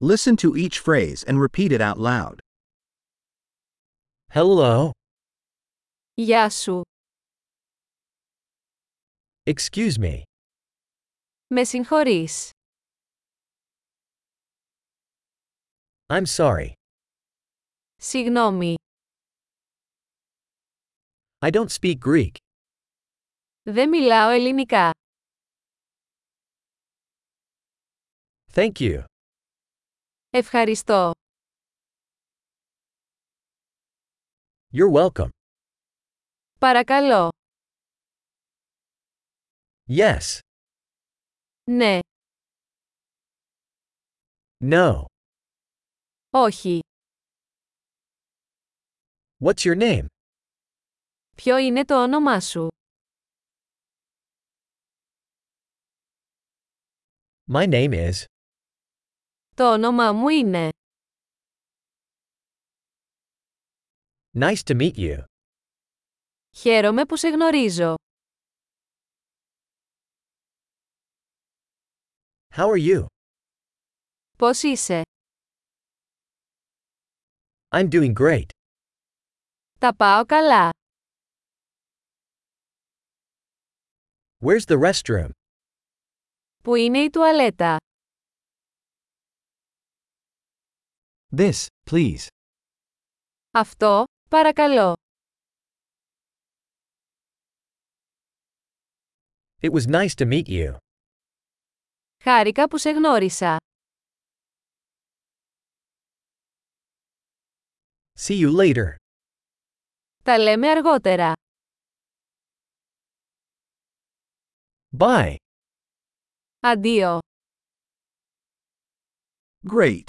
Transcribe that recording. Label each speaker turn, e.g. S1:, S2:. S1: Listen to each phrase and repeat it out loud.
S2: Hello.
S3: Γεια σου.
S2: Excuse me.
S3: Με συγχωρείς.
S2: I'm sorry.
S3: Συγγνώμη.
S2: I don't speak Greek.
S3: Δεν μιλάω ελληνικά.
S2: Thank you.
S3: Ευχαριστώ.
S2: You're welcome.
S3: Παρακαλώ.
S2: Yes.
S3: Ναι.
S2: No.
S3: Όχι.
S2: What's your name?
S3: Ποιο είναι το όνομά σου?
S2: My name is.
S3: Το όνομά μου είναι.
S2: Nice to meet you.
S3: Χαίρομαι που σε γνωρίζω.
S2: How are you?
S3: Πώς είσαι?
S2: I'm doing great.
S3: Τα πάω καλά.
S2: Where's the restroom?
S3: Πού είναι η τουαλέτα?
S2: This, please.
S3: Αυτό, παρακαλώ.
S2: It was nice to meet you.
S3: Χάρηκα που σε γνώρισα.
S2: See you later.
S3: Τα λέμε αργότερα.
S2: Bye.
S3: Αντίο.
S1: Great!